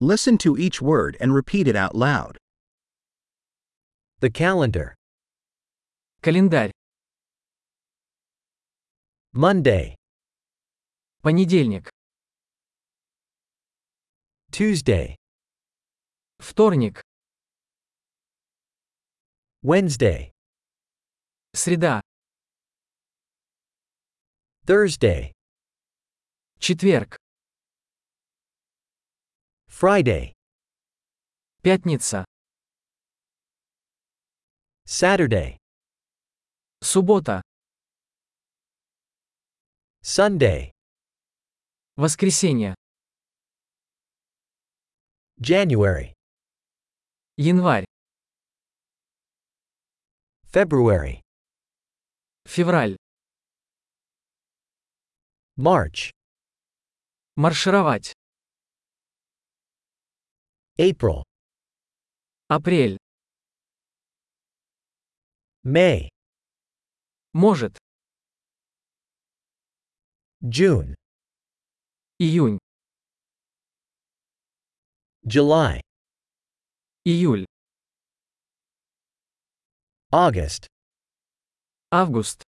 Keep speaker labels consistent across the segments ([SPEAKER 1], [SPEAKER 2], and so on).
[SPEAKER 1] Listen to each word and repeat it out loud.
[SPEAKER 2] The calendar.
[SPEAKER 3] Календарь.
[SPEAKER 2] Monday,
[SPEAKER 3] Понедельник.
[SPEAKER 2] Tuesday,
[SPEAKER 3] Вторник.
[SPEAKER 2] Wednesday,
[SPEAKER 3] Среда.
[SPEAKER 2] Thursday,
[SPEAKER 3] Четверг.
[SPEAKER 2] Friday,
[SPEAKER 3] Пятница.
[SPEAKER 2] Saturday,
[SPEAKER 3] Суббота.
[SPEAKER 2] Sunday,
[SPEAKER 3] Воскресенье.
[SPEAKER 2] January,
[SPEAKER 3] Январь.
[SPEAKER 2] February,
[SPEAKER 3] Февраль.
[SPEAKER 2] March,
[SPEAKER 3] Маршировать.
[SPEAKER 2] April,
[SPEAKER 3] Апрель.
[SPEAKER 2] May,
[SPEAKER 3] Может.
[SPEAKER 2] June,
[SPEAKER 3] Июнь.
[SPEAKER 2] July,
[SPEAKER 3] Июль.
[SPEAKER 2] August,
[SPEAKER 3] Август.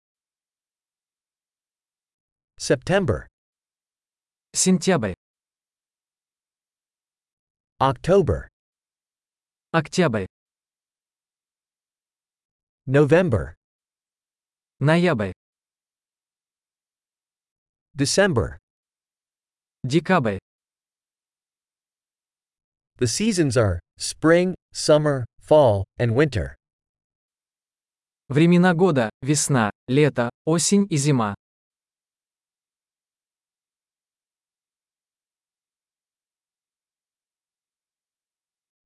[SPEAKER 2] September,
[SPEAKER 3] Сентябрь.
[SPEAKER 2] October,
[SPEAKER 3] Октябрь.
[SPEAKER 2] November,
[SPEAKER 3] Ноябрь.
[SPEAKER 2] December.
[SPEAKER 3] Декабрь.
[SPEAKER 2] The seasons are spring, summer, fall, and winter.
[SPEAKER 3] Времена года. Весна, лето, осень и зима.